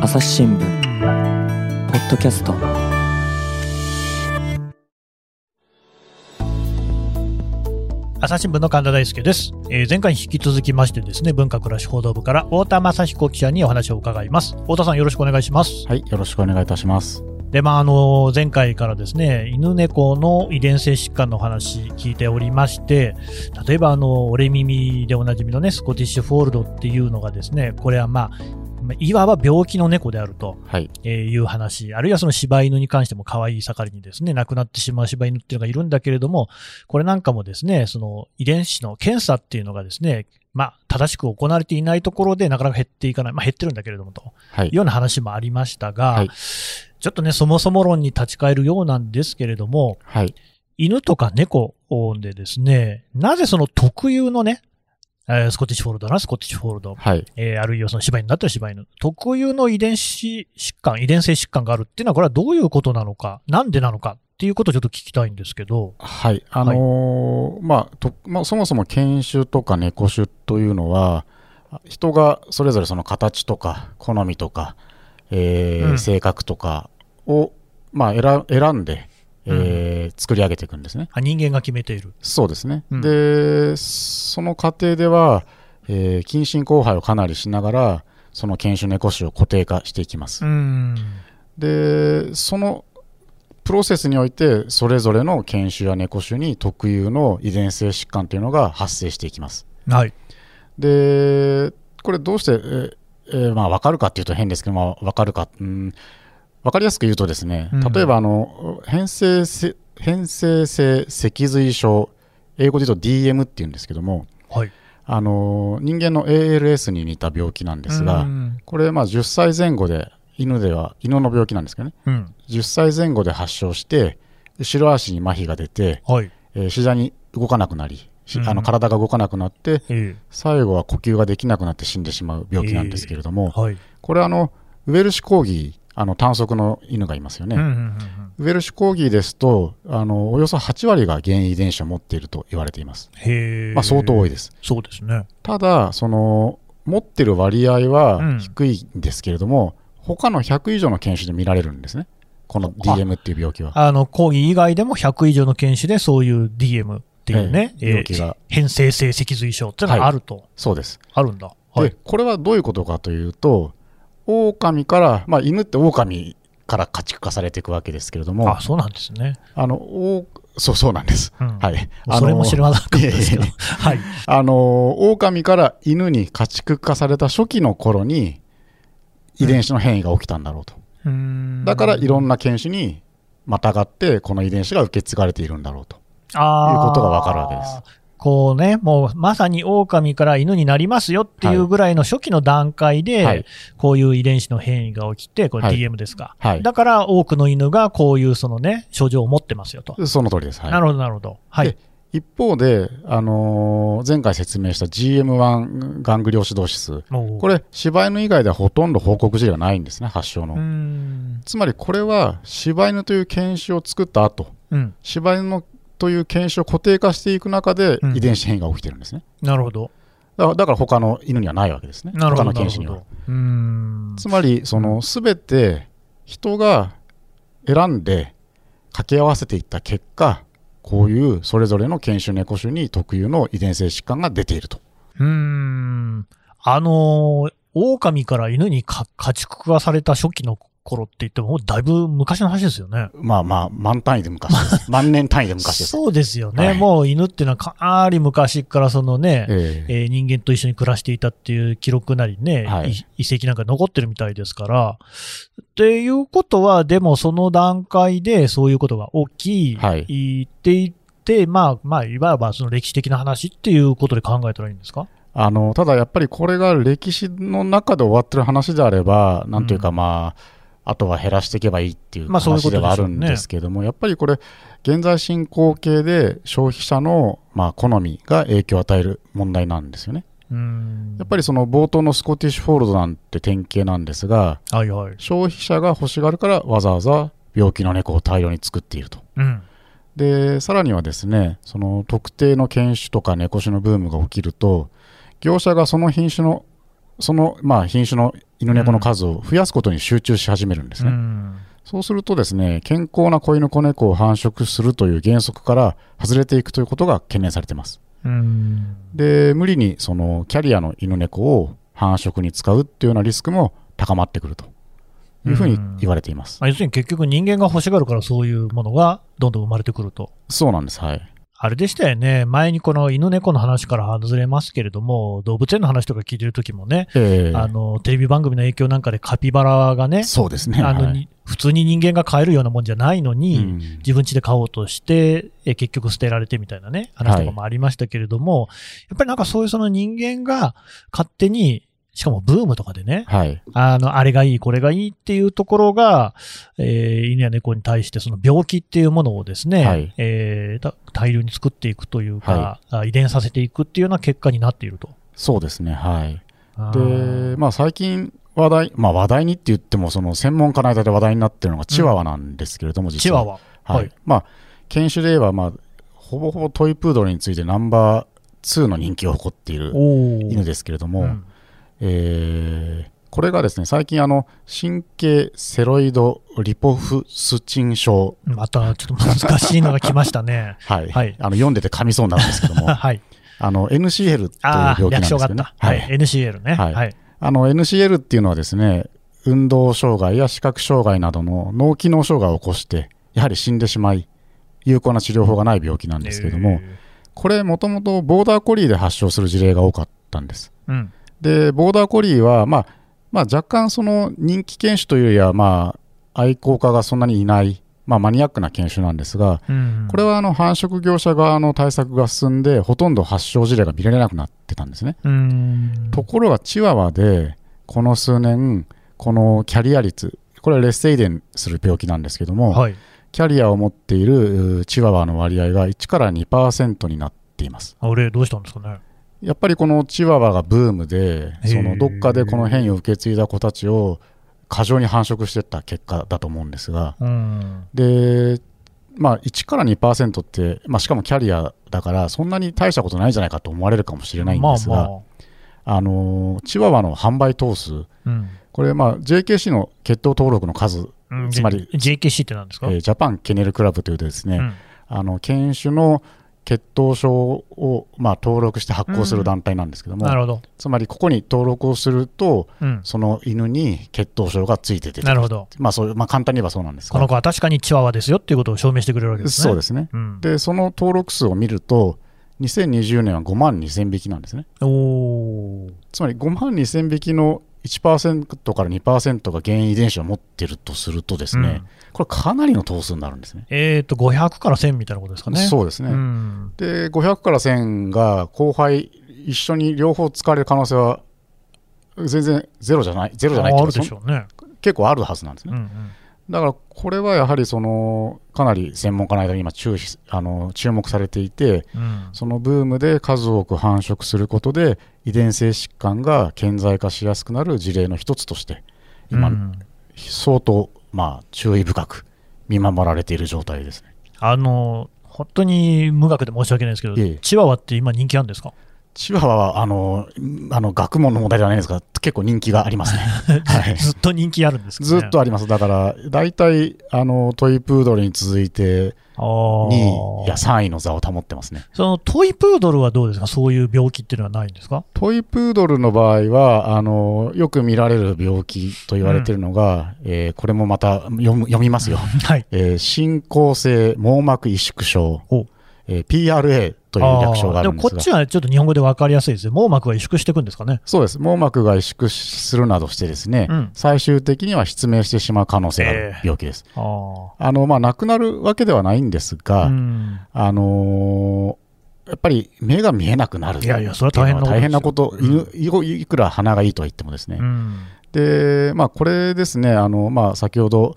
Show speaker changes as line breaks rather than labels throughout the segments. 朝日新聞ポッドキャスト
朝日新聞の神田大輔です、えー前回に引き続きましてですね文化暮らし報道部から太田雅彦記者にお話を伺います太田さんよろしくお願いします
はい、よろしくお願いいたします。
でまああの前回からですね犬猫の遺伝性疾患のお話聞いておりまして例えばあの俺耳でおなじみのねスコティッシュフォールドっていうのがですねこれはまあまあいわば病気の猫であると
はい、
えーいう話、あるいはその柴犬に関しても可愛い盛りにですね、亡くなってしまう柴犬っていうのがいるんだけれども、これなんかもですね、その遺伝子の検査っていうのがですね、まあ、正しく行われていないところでなかなか減っていかない、まあ減ってるんだけれどもと
はい
いう、ような話もありましたが、
はい
ちょっとね、そもそも論に立ち返るようなんですけれども、
はい、
犬とか猫でですね、なぜその特有のね、えースコティッシュフォールドならスコティッシュフォールド、
はい、
えーあるいはその柴犬だったら柴犬。特有の遺伝子疾患、遺伝性疾患があるっていうのは、これはどういうことなのか、なんでなのかっていうことをちょっと聞きたいんですけど。
はい、あのーまあと、まあ、そもそも犬種とか猫種というのは、人がそれぞれその形とか、好みとか、えー
うん
性格とかを、まあ、選選んで、えー作り上げていくんですね。
あ人間が決めている。
そうですね。
うん
で、その過程では、えー、近親交配をかなりしながら、その犬種、猫種を固定化していきます。
ん。
でそのプロセスにおいてそれぞれの犬種や猫種に特有の遺伝性疾患というのが発生していきます
はい。
でこれどうして、えーえーまあ、分かるかっていうと変ですけど、まあ、分かるか、うん、分かりやすく言うとですね、
うん
例えばあの変性せ変性性脊髄症英語で言うと DM っていうんですけども
はい。
あの人間の ALS に似た病気なんですが、
うん。
これまあ10歳前後で犬では犬の病気なんですけどね
うん
10歳前後で発症して後ろ足に麻痺が出て、
はい。
えー、膝に動かなくなりし
うん
あの体が動かなくなって
え
最後は呼吸ができなくなって死んでしまう病気なんですけれど
え
も、
はい。
これあのウェルシュコーギーあの短足の犬がいますよね、
うんうんうんうん
ウェルシュコーギーですとあのおよそ8割が原因遺伝子を持っていると言われています、
へえ。
まあ、相当多い
で
です
す。そうですね。
ただその持ってる割合
うん
は低いんですけれども、他の100以上の犬種で見られるんですねこの DM っていう病気は
あの、講義以外でも100以上の犬種でそういう DM っていうね、
ええ病気が
変性性脊髄症っていうのがあると、
そうです
あるんだ。
で、。これはどういうことかというと、狼から、まあ、犬って狼から家畜化されていくわけですけれども、
あ、
あ
そうなんですね。
のおそうそうなんです。
うん
はい、あの
それも知らなかったですけど。
いえい
はい。
あの狼から犬に家畜化された初期の頃に遺伝子の変異が起きたんだろうと、だからいろんな犬種にまたがってこの遺伝子が受け継がれているんだろうと
あー
いうことがわかるわけです。
こうね、もうまさに狼から犬になりますよっていうぐらいの初期の段階で、
はい
こういう遺伝子の変異が起きて、これ
はい
DM ですか、
はい
だから多くの犬がこういうそのね、症状を持ってますよと。
その通りです、はい、
なるほど、なるほど。はい
で。一方で、あのー前回説明した GM1 ガングリオシドーシス
もう
こ
れ、
れ、柴犬以外ではほとんど報告事例がないんですね、発症の。
うーん。
つまり、これは柴犬という犬種を作った後
うん。
柴犬のという犬種を固定化していく中で
うん
遺伝子変異が起きてるんですね。
なるほど。
だからだから他の犬にはないわけですね、
なるほど。
他の
なる
犬
ほ
種には
ど。。うーん。
つまり、その全て人が選んで掛け合わせていった結果、こういうそれぞれの犬種、猫種に特有の遺伝性疾患が出ていると。
うーん。あのー、狼から犬にか家畜化された初期の頃って言っても、もうだいぶ昔の話ですよね。
まあまあ、万単位で昔です。万年単位で昔です。
そうですよね。
はい
もう犬っていうのはかなり昔からそのね、え
ええ
ー人間と一緒に暮らしていたっていう記録なりね、
はい
い遺跡なんか残ってるみたいですから。っていうことは、でもその段階でそういうことが起き、
はい
っていって、まあ、まあ、いわばその歴史的な話っていうことで考えたらいいんですか
あのただやっぱりこれが歴史の中で終わってる話であれば、なんというか、まあ、あとは減らしていけばいいっていう
まあそういうこと
話で
でしょうね
はあるんですけども、やっぱりこれ、現在進行形で消費者の、まあ、好みが影響を与える問題なんですよね。
うーん
やっぱりその冒頭のスコティッシュフォールドなんて典型なんですが、
はいはい。
消費者が欲しがるからわざわざ病気の猫を大量に作っていると。
うん。
でさらにはですねその特定の犬種とか猫種のブームが起きると業者がその品種のそのまあ品種の犬猫の数を増やすことに集中し始めるんですね。
うん
そうするとですね、健康な子犬子猫を繁殖するという原則から外れていくということが懸念されています。
うん
で、無理にそのキャリアの犬猫を繁殖に使うっていうようなリスクも高まってくるというふうに言われています。
まあ要するに結局人間が欲しがるからそういうものがどんどん生まれてくると。
そうなんです。はい。
あれでしたよね。前にこの犬猫の話から外れますけれども、動物園の話とか聞いてる時もね、
ええ
あの、テレビ番組の影響なんかでカピバラがね、
そうですね。
あの、
はい
に普通に人間が飼えるようなもんじゃないのに、
うん
自分家で飼おうとして、え結局捨てられてみたいなね、話とかもありましたけれども、やっぱりなんかそういうその人間が勝手に、しかもブームとかでね、
はい。
あの、あれがいい、これがいいっていうところが、えー犬や猫に対してその病気っていうものをですね、
はい
えーた大量に作っていくというか、あ遺伝させていくっていうような結果になっていると。
そうですね。はい。
あー
で、まあ最近話題、まあ話題にって言っても、その専門家の間で話題になってるのがチワワなんですけれども、実は。
チワワ。
はい
はい
まあ、犬種で言えば、まあ、ほぼほぼトイプードルについてナンバー2の人気を誇っている
おー
犬ですけれども、
うん
えーこれがですね最近あの神経セロイドリポフスチン症、。
またちょっと難しいのが来ましたね
はい
はい
あの読んでて噛みそうになるんですけど も
はい。
あの NCL という
ああ、
病気なん
略
です
称
け
があ
ど
っ
ね
た。はい。NCL ね。は。
はいい
はい。
あの NCL っていうのはですね運動障害や視覚障害などの脳機能障害を起こしてやはり死んでしまい有効な治療法がない病気なんですけれども、これもともとボーダーコリーで発症する事例が多かったんです。
えー。うん。
で、ボーダーコリーは、まあ、まあ、若干その人気犬種というよりは、まあ、愛好家がそんなにいない、まあ、マニアックな犬種なんですが、
うん
これ、はあの繁殖業者側の対策が進んで、ほとんど発症事例が見られなくなってたんですね。
うん。
ところがチワワで、この数年、このキャリア率、これは劣勢遺伝する病気なんですけども、
はい。
キャリアを持っているうチワワの割合が1から2%になっています。
あれ、どうしたんですかね。
やっぱりこのチワワがブームで、
へー
そのどっかでこの変異を受け継いだ子たちを過剰に繁殖していった結果だと思うんですが、
うん。
で、まあ、1から2%って、まあ、しかもキャリアだから、そんなに大したことないんじゃないかと思われるかもしれないんですが、
ま
あ
あま
のチワワの販売頭数、
あ。うん。
これ、まあ、JKC の血統登録の数、
うん
つまり、
J- JKC って何です
え
か、
ージャパンケネルクラブというですね、
うん
あの犬種の血統証を、まあ、登録して発行する団体なんですけども、
なるほど。
つまりここに登録をすると、
うん。
その犬に血統症がついて出てく
な
る
るほど。
まあそういうまあ、簡単に言えばそうなんです
こ
が
の子は確かにチワワですよっていうことを証明してくれるわけですね。。
そうですすね。
うん、
で、その登録数を見ると、2020年は5万2000匹なんですね。
おー
つまり5万2000匹の1%から2%が原因遺伝子を持ってるとするとですね、
うん
これかなりの頭数になるんですね。
えっ、と、500から1000みたいなことですかね。
そうですね、
うん。
で、500から1000が後輩、一緒に両方使われる可能性は全然ゼロじゃない、ゼロじゃないって
あ
い
る
うか
でしょうね。
そん結構あるはずなんですね
う。んうん。
だからこれはやはりそのかなり専門家の間に今注視あの注目されていて
うん
そのブームで数多く繁殖することで遺伝性疾患が顕在化しやすくなる事例の一つとして今、
うん
相当まあ注意深く見守られている状態ですね
あの、本当に無学で申し訳ないですけど、
いえいえ
チワワって今人気あるんですか
チワワはあのんあの学問の問題ではないんですが結構人気があり ますね、はい、
ずっと人気あるんですか、ね、
ずっとありますだから大体あのトイプードルに続いて
あー
2位や3位の座を保ってますね
そのトイプードルはどうですかそういう病気っていうのはないんです か
トイプードルの場合は、あの、よく見られる病気と言われているのが、えーこれもまた読む読みますよ。
はい。
えー進行性網膜萎縮症
お、
えー PRA という略称があるんで
あーも
す
こ
が
っち。はちょっと日本語で分かりやすいですね。網膜が萎縮していくんですかね。
そうです。網膜が萎縮するなどしてですね、
うん
最終的には失明してしまう可能性があ
え
る
ー
病気です。
あ
あの、まあ、亡くなるわけではないんです
あ。
が、
うん。
あのーやっぱり目が見えなくなる
いやいやそれは大変なこと
大変なこと、
ですよ
犬いくら鼻がいいとは言ってもですね、
うん。
で、まあ、これですね、あのまあ、先ほど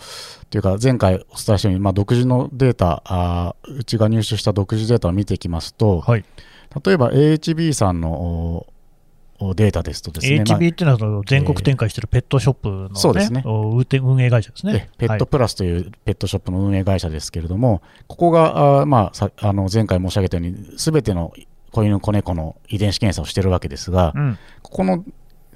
というか、前回お伝えしたように、まあ、独自のデータあー、うちが入手した独自データを見ていきますと、
はい。
例えば AHB さんのおおデータですとですね、まあ
HB っていうのはその全国展開してるペットショップの、ね
そうですね
お運転運営会社ですね
え。ペット
はい
プラスというペットショップの運営会社ですけれども、ここがあー、まあ、さあの前回申し上げたように、すべての子犬、子猫の遺伝子検査をしているわけですが、
うん
ここの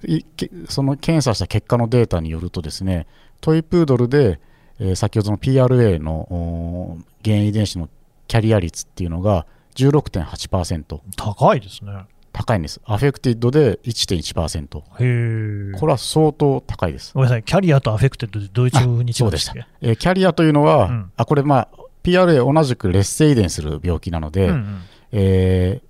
いけその検査した結果のデータによるとですねトイプードルで、えー先ほどの PRA のおー原因遺伝子のキャリア率っていうのが16.8%
高いですね。
高いんですアフェクティッドで1.1%こ
へえ。
れは相当高いです、
ごめんなさい、キャリアとアフェクテッドでどういうに違
そううん
で
でし
した
た
っけ
えーキャリアというのは、
うん
あこれまあ PRA 同じく劣性遺伝する病気なので、
うんうん
えー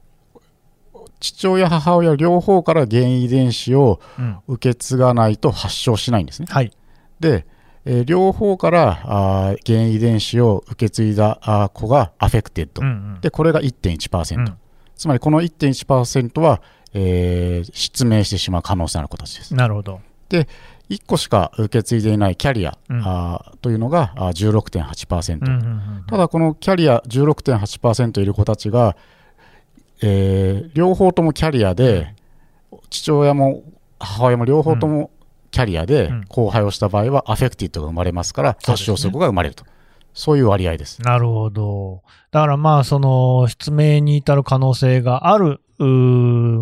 父親母親両方から原因遺伝子を
うん
受け継がないと発症しないんですね
はい。
で、えー両方からあー原因遺伝子を受け継いだあー子がアフェクテッド、
うんうん
でこれが1.1%、
うん
つまりこの1.1%は、えー失明してしまう可能性のある子たちです
なるほど。
で1個しか受け継いでいないキャリア、
うん
あーというのがあー16.8%、
うんうんうん
ただこのキャリア16.8%いる子たちが、えー両方ともキャリアで父親も母親も両方ともキャリアで
うん
後輩をした場合はアフェクティッドが生まれますから
そうですね
発症する子が生まれるとそういう割合です。
なるほど。だからまあ、その、失明に至る可能性がある、う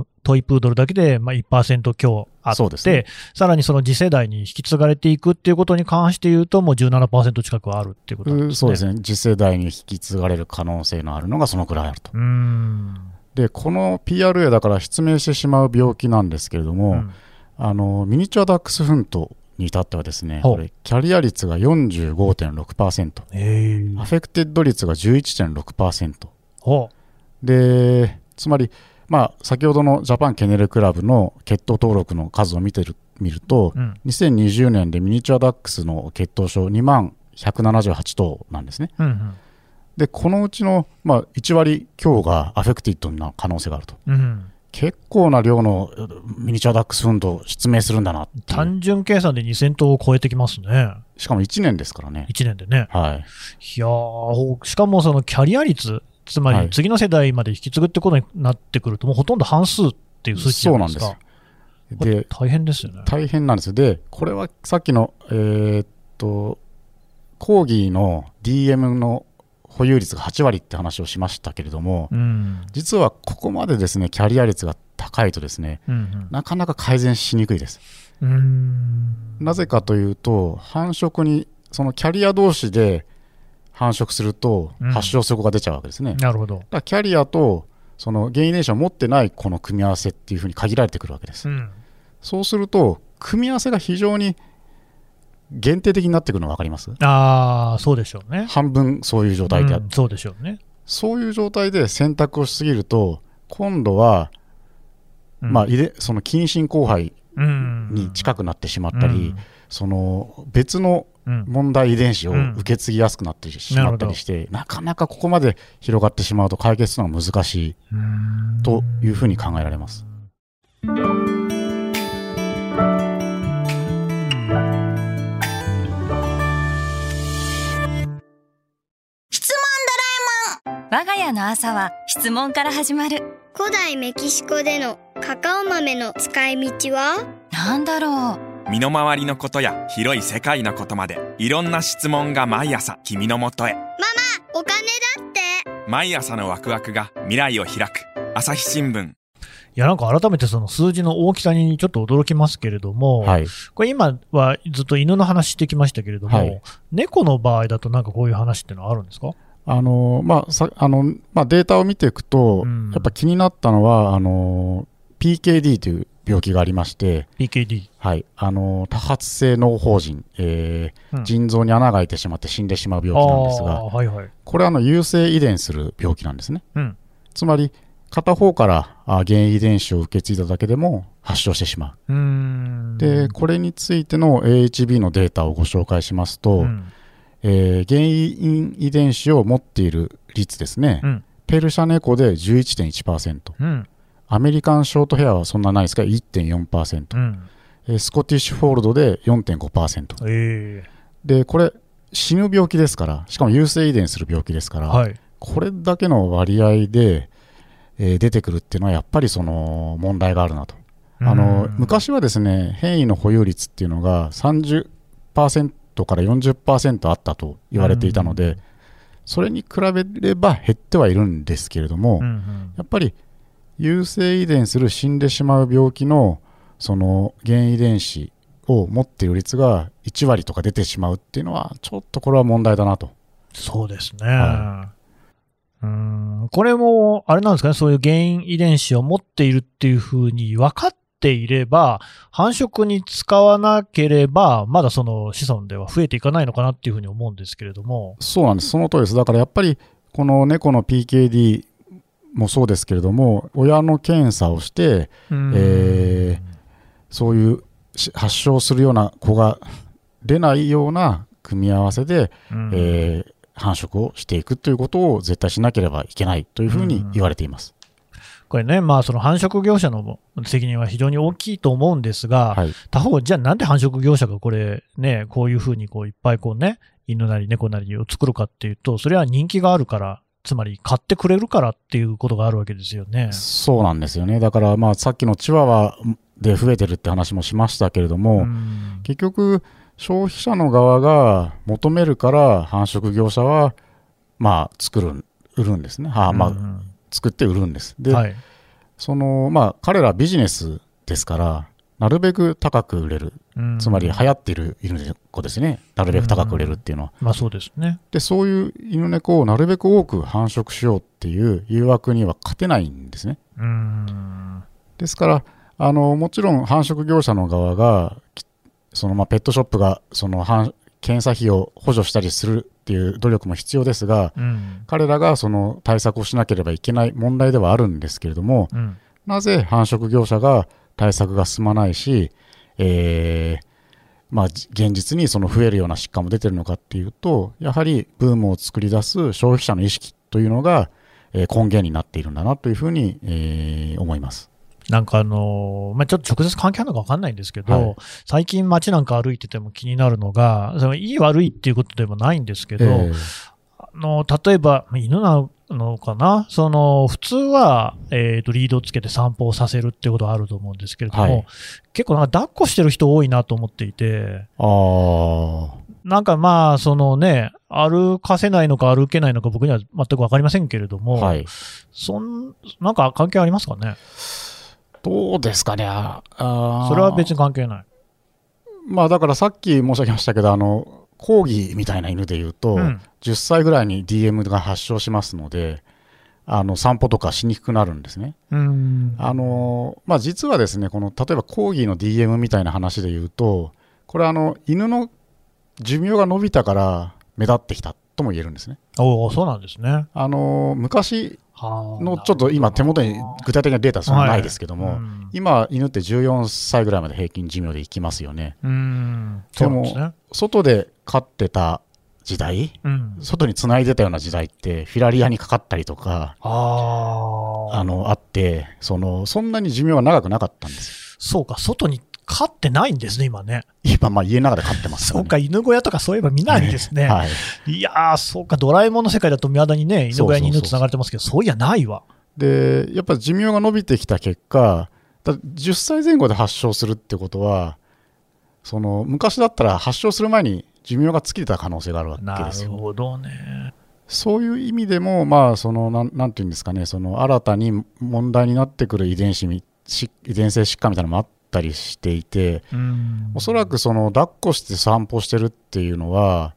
ートイプードルだけで、まあ、1%強あ
そう
っ
です
て、
ね
さらにその次世代に引き継がれていくっていうことに関して言うと、もう17%近くはあるっていうことなんですね。
そうです
ね。
ね次世代に引き継がれる可能性のあるのがそのくらいあると。
うーん。
でこの PRA だから失明してしまう病気なんですけれども、
うん
あのミニチュアダックスフントに至ってはですね
ほう
これキャリア率が45.6%、
へえ。
アフェクテッド率が11.6%
ほ
でつまり、まあ、先ほどのジャパンケネルクラブの血糖登録の数を見てる見ると
う。、うん。
2020年でミニチュアダックスの血糖症2万178頭なんですね
うん
でこのうちの、まあ、1割強がアフェクティッドな可能性があると
うん。うん。
結構な量のうんミニチュアダックスフント失明するんだなっていう
単純計算で2000頭を超えてきますね。
しかも1年ですからね
1年でね。
はい
いやーほしかもそのキャリア率、つま
は
り
い
次の世代まで引き継ぐってことになってくると、もうほとんど半数っていう数値じゃないです
そう
か。
なんですで
大変ですよね。
大変なんですよでこれはさっきのえーっと講義の DM の保有率が8割って話をしましたけれども
うん。
実はここまでですねキャリア率が高いとですね
うん
なかなか改善しにくいです
うん。うん
なぜかというと繁殖にそのキャリア同士で繁殖すると
うん
発症する子が出ちゃうわけですね、だか
なるほど。
らキャリアとその原因遺伝子を持ってないこの組み合わせっていうふうに限られてくるわけです
うん。
そうすると、組み合わせが非常に限定的になってくるの分かります
ああ、そうでしょうね。
半分そういう状態であっ
うんそうでしょうね。
そういう状態で選択をしすぎると、今度は、
うん
まあ、いでその近親交配
うん
に近くなってしまったり、
うん
その別の
うん
問題遺伝子を
うん
受け継ぎやすくなってしまったりして、なかなかここまで広がってしまうと解決するのは難しい
うん
というふうに考えられます。
我が家の朝は質問から始まる
古代メキシコでのカカオ豆の使い道は
なんだろう
身の回りのことや広い世界のことまでいろんな質問が毎朝君のもとへ
お金だって
毎朝のワクワクが未来を開く朝日新聞
いや、なんか改めてその数字の大きさにちょっと驚きますけれども、
はい、
これ今はずっと犬の話してきましたけれども、
はい
猫の場合だとなんかこういう話ってのはあるんですか
あのまあさあのまあ、データを見ていくと、
うん
やっぱ気になったのはあの PKD という病気がありまして、
?PKD。
はい、あの多発性脳胞腎、えー
うん
腎臓に穴が開いてしまって死んでしまう病気なんです
あ
が
ーはいはい。
これはあの優性遺伝する病気なんですね
うん。
つまり片方からあ原因遺伝子を受け継いだだけでも発症してしま
うーん
うでこれについての AHB のデータをご紹介しますと、
うん
えー原因遺伝子を持っている率ですね、
うん
ペルシャ猫で11.1%
うん。
アメリカンショートヘアはそんなないですが1.4%、
うん。
えースコティッシュフォールドで4.5%
え
でこれ死ぬ病気ですからしかも優性遺伝する病気ですか
え
ら、
はい。
これだけの割合で、えー出てくるっていうのはやっぱりその問題があるなとあの
うん
昔はですね変異の保有率っていうのが30%から40%あったと言われていたので、
うん
それに比べれば減ってはいるんですけれども、
うんうん
やっぱり優性遺伝する死んでしまう病気のその原遺伝子を持っている率が1割とか出てしまうっていうのはちょっとこれは問題だなと
そうですね。
は
うーんこれも、あれなんですかね、そういう原因遺伝子を持っているっていうふうに分かっていれば、繁殖に使わなければ、まだその子孫では増えていかないのかなっていうふうに思うんですけれども、
そうなんですその通りですだからやっぱりこの猫の PKD もそうですけれども親の検査をしてえーそういうし発症するような子が出ないような組み合わせで、
うん
えー繁殖をしていくということを絶対しなければいけないというふうに言われています。
これね、まあ、その繁殖業者の責任は非常に大きいと思うんですが、
はい、
他方、じゃあなんで繁殖業者がこれ、ね、こういうふうにこういっぱいこうね、犬なり猫なりを作るかっていうと、それは人気があるから、つまり買ってくれるからっていうことがあるわけですよね。
そうなんですよねだからまあさっきのチワワで増えてるって話もしましたけれど
う
も、
ん
結局消費者の側が求めるから繁殖業者はまあ作る売るんですね、はあま
う
あ、
ん
作って売るんです。で、
はい、
そのまあ彼らビジネスですからなるべく高く売れる
うん
つまり流行っている犬猫ですねなるべく高く売れるっていうのは、
まあそうですね。
でそういう犬猫をなるべく多く繁殖しようっていう誘惑には勝てないんですね
うん
ですからあのもちろん繁殖業者の側がきそのまあペットショップがその繁検査費を補助したりするっていう努力も必要ですが
うん
彼らがその対策をしなければいけない問題ではあるんですけれども、
うん
なぜ繁殖業者が対策が進まないし、えーまあ、じ現実にその増えるような疾患も出てるのかっていうと、やはりブームを作り出す消費者の意識というのが、えー根源になっているんだなというふうに、えー思います。
なんかあのーまあ、ちょっと直接関係あるのか分かんないんですけど、
はい
最近街なんか歩いてても気になるのが、そのいい悪いっていうことでもないんですけど、
えー
あの例えば、犬なのかな、その普通は、えー、とリードをつけて散歩をさせるってことはあると思うんですけれども、
はい
結構なんか抱っこしてる人多いなと思っていて、
あー
なんかまあ、そのね、歩かせないのか歩けないのか、僕には全く分かりませんけれども、
はい、
そんなんか関係ありますかね、
どうですかね、ああ
それは別に関係ない。
まあだからさっき申し上げましたけど、あのコーギーみたいな犬でいうと、
うん
10歳ぐらいに DM が発症しますので、あの散歩とかしにくくなるんですね。
うん
あのまあ、実はですねこの例えばコーギーの DM みたいな話で言うとこれあの犬の寿命が伸びたから目立ってきたとも言えるんですね。
おお、そうなんですね。
あの昔の
の
ちょっと今手元に具体的なデータはそんなないですけども、
うん
今犬って14歳ぐらいまで平均寿命でいきますよね。
うん、そうなんですね。
外で飼ってた時代
うん、
外に繋いでたような時代ってフィラリアにかかったりとか
ああ
あのあってそのそんなに寿命は長くなかったんですよ
そうか、外に飼ってないんですね、今ね。
今まあ家の中で飼ってます
そうか、犬小屋とかそういえば見ないですね。
はい、
い、やー、そうか、ドラえもんの世界だと未だにね、犬小屋に犬
そうそうそうそう
つながれてますけど、そういやないわ。
でやっぱ寿命が伸びてきた結果だ10歳前後で発症するってことはその昔だったら発症する前に寿命が尽きてた可能性があるわけ
な
です
る
よ
ほどね。
そういう意味でもまあそのなんなんていうんですかねその新たに問題になってくる遺伝子みし遺伝性疾患みたいなのもあったりしていて
うん
おそらくその抱っこして散歩してるっていうのは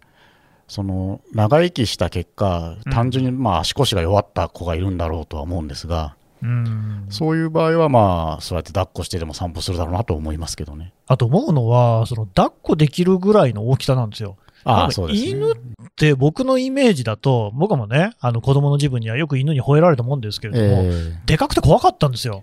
その長生きした結果
うん
単純にまあ足腰が弱った子がいるんだろうとは思うんですが、
うん
そういう場合は、まあ、そうやって抱っこしてでも散歩するだろうなと思いますけどね。
あと思うのは、その抱っこできるぐらいの大きさなんですよ。
あ
多
あ、
分
そうです、ね。
犬って僕のイメージだと、僕もね、あの子供の自分にはよく犬に吠えられたもんですけれども、
え
でかくて怖かったんですよ。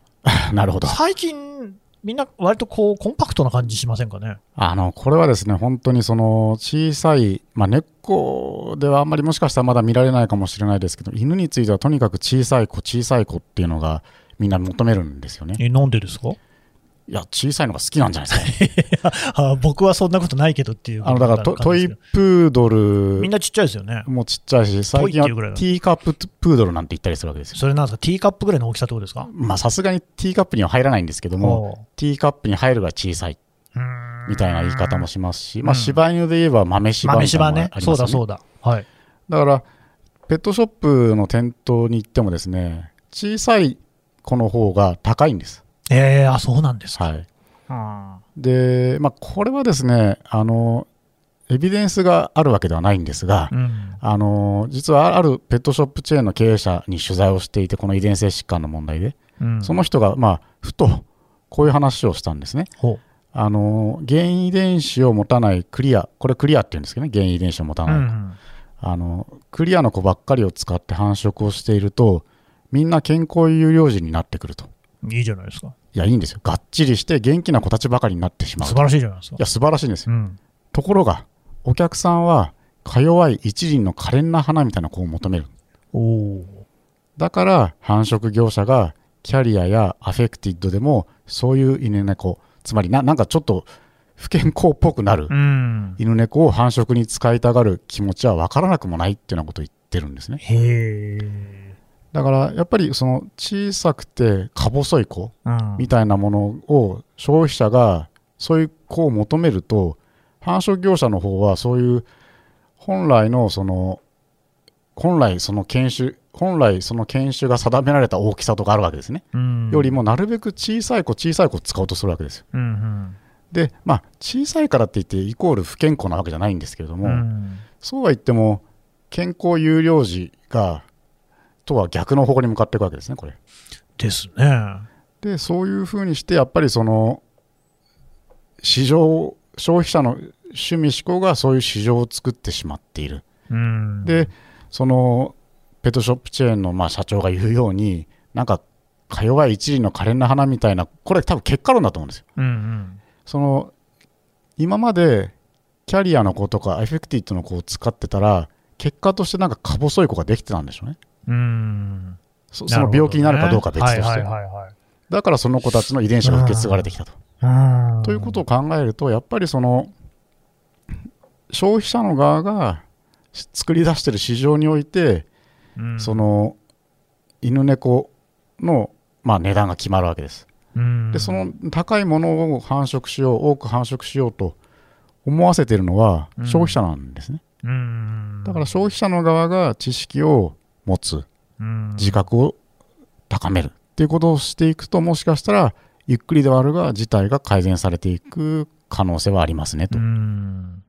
え なるほど。
最近、みんな割とこう、コンパクトな感じしませんかね。
あの、これはですね、本当にその小さい、まあ、根っこではあんまりもしかしたらまだ見られないかもしれないですけど、犬についてはとにかく小さい子、小さい子っていうのがみんな求めるんですよね。
え、なんでですか
いや、小さいのが好きなんじゃないですか。
あ僕はそんなことないけどっていう
あの、だからトト
感じ
イ
です
プードル
けどみんなちっちゃいですよね。
もちっちゃいし、最近は
トイっていうぐらいだ
ティーカッププードルなんて言ったりするわけですよ。
それなんですか、ティーカップぐらいの大きさってことですか
まあ、さすがにティーカップには入らないんですけども、ティーカップに入るが小さい。
うーん
みたいな言い方もしますし、
う
まあ、
ん
柴犬で言えば豆柴み
豆
たい
柴
なのもあり
ね
ます
そ
よ
うだそううだ。はい。
だから、ペットショップの店頭に行ってもですね、小さい子の方が高いんです。
えー、あ、そうなんですか。
はい。
あ
で、まあ、これはですねあのエビデンスがあるわけではないんですが、
ーうん
あの実はあるペットショップチェーンの経営者に取材をしていてこの遺伝性疾患の問題で、
うん
その人が、まあ、ふとこういう話をしたんですね
ほ
あの原因遺伝子を持たないクリアこれクリアって言うんですけどね原因遺伝子を持た
うう
ない、
ん
あのクリアの子ばっかりを使って繁殖をしているとみんな健康有料児になってくると
いいじゃないですか。
いやいいんですよがっちりして元気な子たちばかりになってしまう
素
と
晴らしいじゃないですか
い。や素晴らしいんですよ、
うん
ところがお客さんはか弱い一輪の可憐な花みたいな子を求める
おお
だから繁殖業者がキャリアやアフェクティッドでもそういう犬猫つまりななんかちょっと不健康っぽくなる
ー。うん。
犬猫を繁殖に使いたがる気持ちは分からなくもないっていうようなことを言ってるんですね
へえ。
だからやっぱりその小さくてか細い子
うん
みたいなものを消費者がそういう子を求めると繁殖業者の方はそういう本来のその本来その犬種本来その犬種が定められた大きさとかあるわけですね、
うん
よりもなるべく小さい子小さい子を使おうとするわけですよ
うん
でまあ小さいからって言ってイコール不健康なわけじゃないんですけれど
うん
も、
うん
そうは言っても健康有料児がとは逆の方向に向かっていくわけですねこれ
ですね。
でそういうふうにしてやっぱりその市場消費者の趣味思考がそういう市場を作ってしまっている、
うん、
でそのペットショップチェーンのまあ社長が言うようになんかか弱い一輪の可憐な花みたいなこれ多分結果論だと思うんですよ
うんうん、
その今までキャリアの子とかエフェクティッドの子を使ってたら結果としてなんかか細い子ができてたんでしょうね
うん、
そその病気になるかどうかは別として、
なるほどねはいはいはいはい
だからその子たちの遺伝子が受け継がれてきたと
うん
ということを考えると、やっぱりその消費者の側がし作り出している市場において、
うん
その犬猫の、まあ、値段が決まるわけです。
うん
で、その高いものを繁殖しよう、多く繁殖しようと思わせているのは
うん
消費者なんですね。
うん
だから消費者の側が知識を持つ、
うん
自覚を高めるっていうことをしていくと、もしかしたら、ゆっくりではあるが、事態が改善されていく可能性はありますねと
う。ん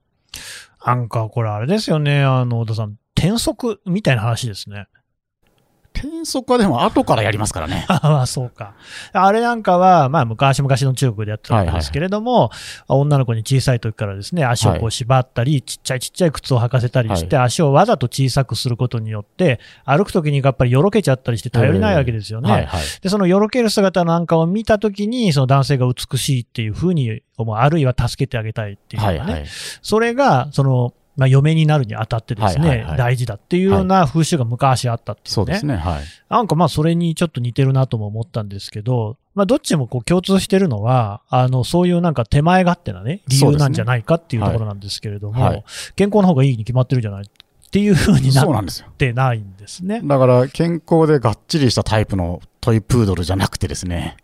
なんかこれあれですよね、あの、小田さん、転職みたいな話ですね。
転職はでも後からやりますからね。
ああ、そうか。あれなんかは、まあ、昔々の中国でやってたんですけれども、女の子に小さい時からですね、足をこ
は
う縛ったり、ちっちゃいちっちゃい靴を履かせたりして、足をわざと小さくすることによって、歩く時にやっぱりよろけちゃったりして頼りないわけですよね。
はいはい。
で、そのよろける姿なんかを見たときに、その男性が美しいっていうふうに思う、あるいは助けてあげたいっていうの
は
が
い
ね、
はい。
それが、その、まあ、嫁になるにあたってですね、
はいはいはい
大事だっていうような風習が昔あったっていうね。
そうですね。はい。
なんかまあ、それにちょっと似てるなとも思ったんですけど、まあ、どっちもこう共通してるのは、あの、そういうなんか手前勝手なね、理由なんじゃないかっていうところなんですけれども、
はいはい
健康の方がいいに決まってるじゃないっていうふうにな
そう
っ
なんですよ。
てないんですね。
だから、健康でがっちりしたタイプのトイプードルじゃなくてですね、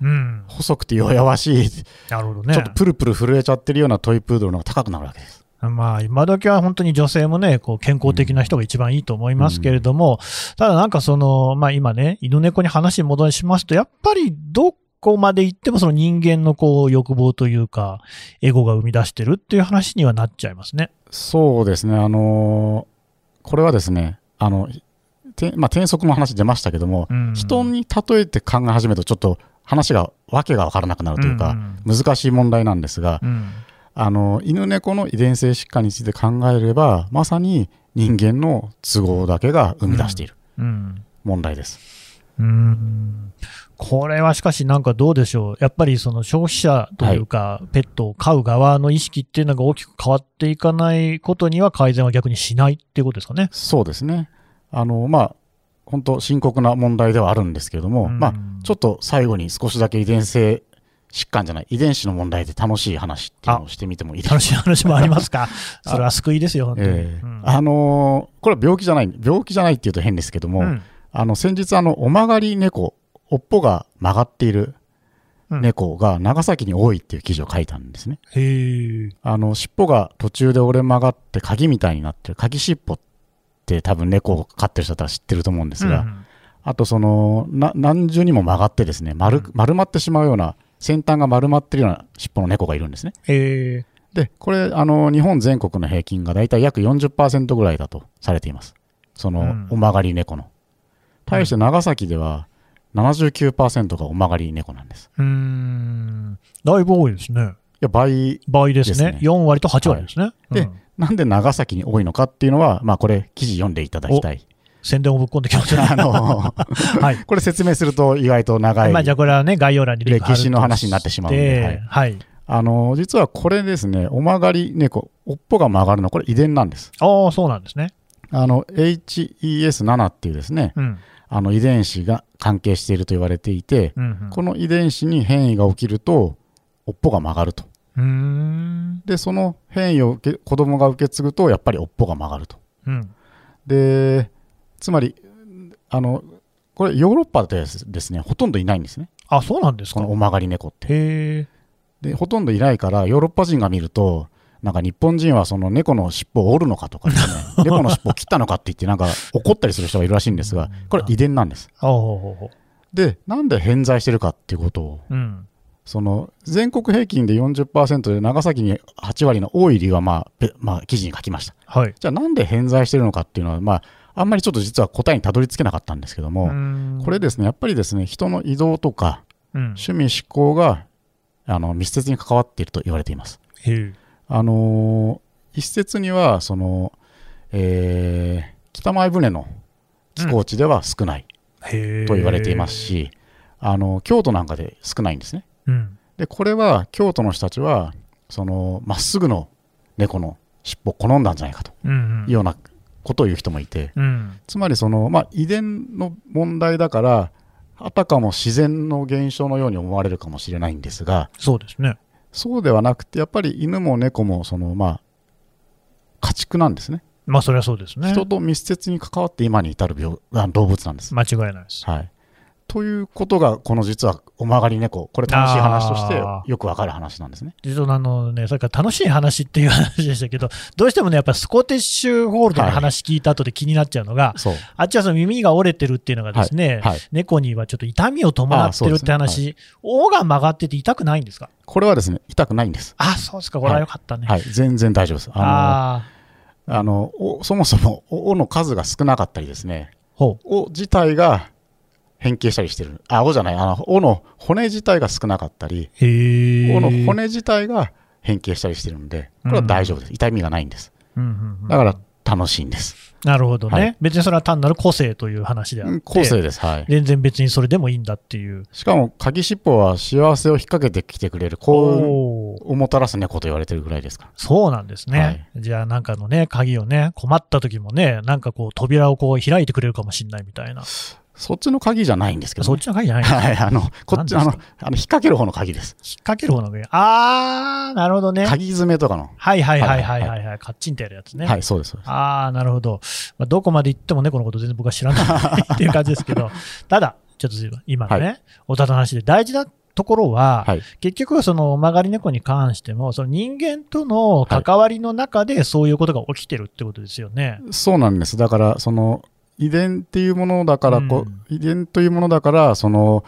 うん。
細くて弱々しい、ち
なるほどね。
ょっとプルプル震えちゃってるようなトイプードルの方が高くなるわけです。
まあ、今時は本当に女性もね、こう健康的な人が一番いいと思いますけれども、ただなんかその、まあ今ね、犬猫に話戻しますと、やっぱりどこまで行ってもその人間のこう欲望というか、エゴが生み出してるっていう話にはなっちゃいますね。
そうですね。あのーこれはですね、あの、てまあ、転職の話出ましたけども、
うん
人に例えて考え始めると、ちょっと話が、わけがわからなくなるというか、
ん
難しい問題なんですが、
うん
あの犬猫の遺伝性疾患について考えればまさに人間の都合だけが生み出している
うん
問題です、
うんこれはしかし、なんかどうでしょう、やっぱりその消費者というか、ペットを飼う側の意識っていうのが大きく変わっていかないことには改善は逆にしないっていうことですかね。
そうですねあのまあ本当深刻な問題ではあるんですけれども、
うん
まあちょっと最後に少しだけ遺伝性疾患じゃない遺伝子の問題で楽しい話っていうのをしてみてもいいです
楽
か
しい話もあります か。それは救いですよ、本当に。
ええ
うん
あのーこれは病気じゃない病気じゃないっていうと変ですけども、
うん
あの先日あのお曲がり猫おっぽが曲がっている猫が長崎に多いっていう記事を書いたんですね
へえ。
あの尻尾が途中で折れ曲がって鍵みたいになってる鍵尻尾って多分猫を飼ってる人だったら知ってると思うんですが、
うん
あとそのな何重にも曲がってですね丸,、丸まってしまうような先端が丸まってるような尻尾の猫がいるんですね。
え
で、これ、あの、日本全国の平均がだいたい約40%ぐらいだとされています。その、
うん
お曲がり猫の。対して長崎では79%がお曲がり猫なんです。
ー、うーん、だいぶ多いですね。
いや、倍、
倍ですね。
ですね
4割と8割ですね。
で
うん
なんで長崎に多いのかっていうのは、まあこれ、記事読んでいただきたい。
宣伝をぶっ込んできましたね。
あの、
はい。
これ説明すると意外と長い。
まあ、じゃあこれはね、概要欄にリンク貼ると
歴史の話になってしまうんではい
はい。
あの、実はこれですね、お曲がり猫、おっぽが曲がるの、これ遺伝なんです。
ああ、そうなんですね。
あの、HES7 っていうですね、
うん。
あの遺伝子が関係していると言われていて、
うんうん、
この遺伝子に変異が起きると、おっぽが曲がると。
うーん。
で、その変異を受け子供が受け継ぐと、やっぱりおっぽが曲がると。
うん。
で、つまり、あの、これヨーロッパではですね、ほとんどいないんですね。
あ、そうなんです
こ
か。
のお曲がり猫って。
へえ。
で、ほとんどいないから、ヨーロッパ人が見ると、なんか日本人はその猫の尻尾を折るのかとかですね、 猫の尻尾を切ったのかって言って、なんか怒ったりする人がいるらしいんですが、これ遺伝なんです。
ああ、ほうほうほう。
で、なんで偏在してるかっていうことを
うん。
その全国平均で40%で長崎に8割の多い理由は、まあべまあ、記事に書きました。
はい。
じゃあなんで偏在してるのかっていうのは、まあ、あんまりちょっと実は答えにたどり着けなかったんですけども、これ
で、
ですね、やっぱりですね、人の移動とか
うん、
趣味嗜好があの密接に関わっていると言われています。
へえ。
あのー一説には、その、えー北前船の寄港地では少ない
へえ。
と言われています。し、あの京都なんかで少ないんですね。
うん。
でこれは京都の人たちはそのまっすぐの猫の尻尾を好んだんじゃないかと
うん、
いうようなことを言う人もいて
うん。
つまりその、まあ、遺伝の問題だからあたかも自然の現象のように思われるかもしれないんですが
そうですね。
そうではなくてやっぱり犬も猫もその、まあ、家畜なんですね
まあ、それはそうですね。
人と密接に関わって今に至る病あ動物なんです。
間違いないです。
はいということが、この実はお曲がり猫、これ楽しい話として
あー
よくわかる話なんですね。
でそのあのね、それから楽しい話っていう話でしたけど、どうしてもね、やっぱスコティッシュホールドの話聞いた後で気になっちゃうのが、
そう。
あっちはその耳が折れてるっていうのがですね、
はい。
猫にはちょっと痛みを伴
あ
って
そう
る
で
っ
す
て
ね
話、尾が曲がってて痛くないんですか
これはですね、痛くないんです。
あ、そうですか、これはよかったね。
はい、全然大丈夫です。あ
ああ、
の、あのおそもそも、おおの数が少なかったりですね、
ほう。
お自体が変形したりしてる。あ、おじゃない、あの、おの骨自体が少なかったり、
へえ。
おの骨自体が変形したりしてるんで、これは大丈夫です。痛みがないんです。
うんうんうん
だから、楽しいんです。
なるほどね、
はい
別にそれは単なる個性という話であって、
後世です。はい。
全然別にそれでもいいんだっていう。
しかも、鍵尻尾は幸せを引っ掛けてきてくれる幸運
おー
をもたらす猫と言われてるぐらいですから。
そうなんですね、
はい
じゃあなんかのね、鍵をね、困った時もね、なんかこう扉をこう開いてくれるかもしれないみたいな。
そっちの鍵じゃないんですけどね、
そっちの鍵じゃないんですか
はい、あの、こっち、あ
何
の
です、
あの、引っ掛ける方の鍵です。
引っ掛ける方の上。あー、なるほどね。
鍵詰めとかの。
はいはいはいは
はいい
は、
はい
はい、カッチンってやるやつね。
はい、そうです。そうです
ああ、なるほど。まあ、どこまで行っても猫のこと全然僕は知ら ないっていう感じですけど、ただ、ちょっと随分今のね、
は
おたの話で大事なところは、
はい。
結局その曲がり猫に関しても、その人間との関わりの中でそういうことが起きてるってことですよね。
そうなんです。だから、その、遺伝っていうものだからこう、遺伝というものだから、その、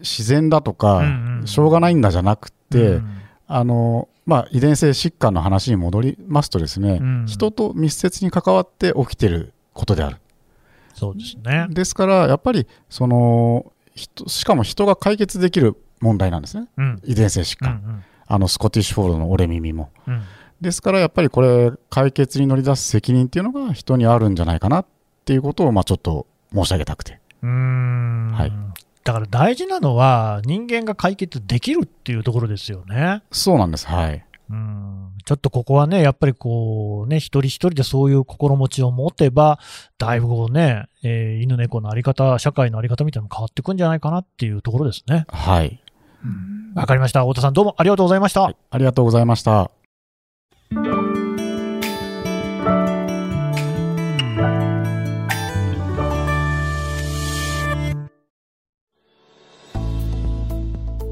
自然だとか、
うんうん
しょうがないんだじゃなくて、
うん
あの、まあ、遺伝性疾患の話に戻りますとですね、
うん
人と密接に関わって起きてることである。
そうですね。
ですから、やっぱり、その、人しかも人が解決できる問題なんですね。
うん。
遺伝性疾
うんう
患。
ん
あの、スコティッシュフォールドの折れ耳も。
うん
ですからやっぱりこれ解決に乗り出す責任っていうのが人にあるんじゃないかなっていうことをまあちょっと申し上げたくて
うーん
はい
だから大事なのは人間が解決できるっていうところですよね。
そうなんですはい
うんちょっとここはね、やっぱりこうね、一人一人でそういう心持ちを持てば、だいぶこうね、えー犬猫のあり方、社会のあり方みたいなのも変わってくんじゃないかなっていうところですね。
はい、
わかりました。太田さんどうもありがとうございました。
はいありがとうございました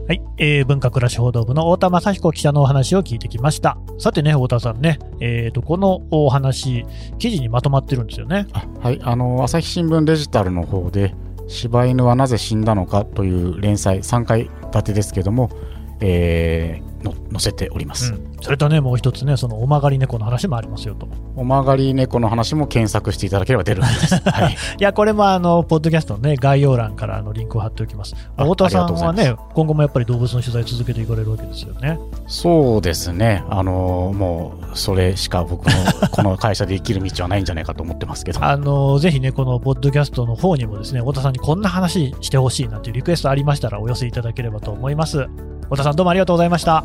はい、えー文化暮らし報道部の太田正彦記者のお話を聞いてきました。さてね、太田さんね、えーと、このお話、記事にまとまってるんですよね。
あはいあの朝日新聞デジタルの方で「柴犬はなぜ死んだのか」という連載3回出立てですけども、えーの載せております、
うんそれとね、もう一つね、そのお曲がり猫の話もありますよと。
お曲がり猫の話も検索していただければ出るんです、 はい、
いや、これもあの、ポッドキャストのね、概要欄からあのリンクを貼っておきます。
あ
太田さんは
ありがとうござい
ね、今後もやっぱり動物の取材続けていかれるわけですよね。
そうですねあのーもうそれしか僕のこの会社で生きる道はないんじゃないかと思ってますけ ど
あの、ぜひね、このポッドキャストの方にもですね、太田さんにこんな話してほしいなんていうリクエストありましたらお寄せいただければと思います。太田さんどうもありがとうございました。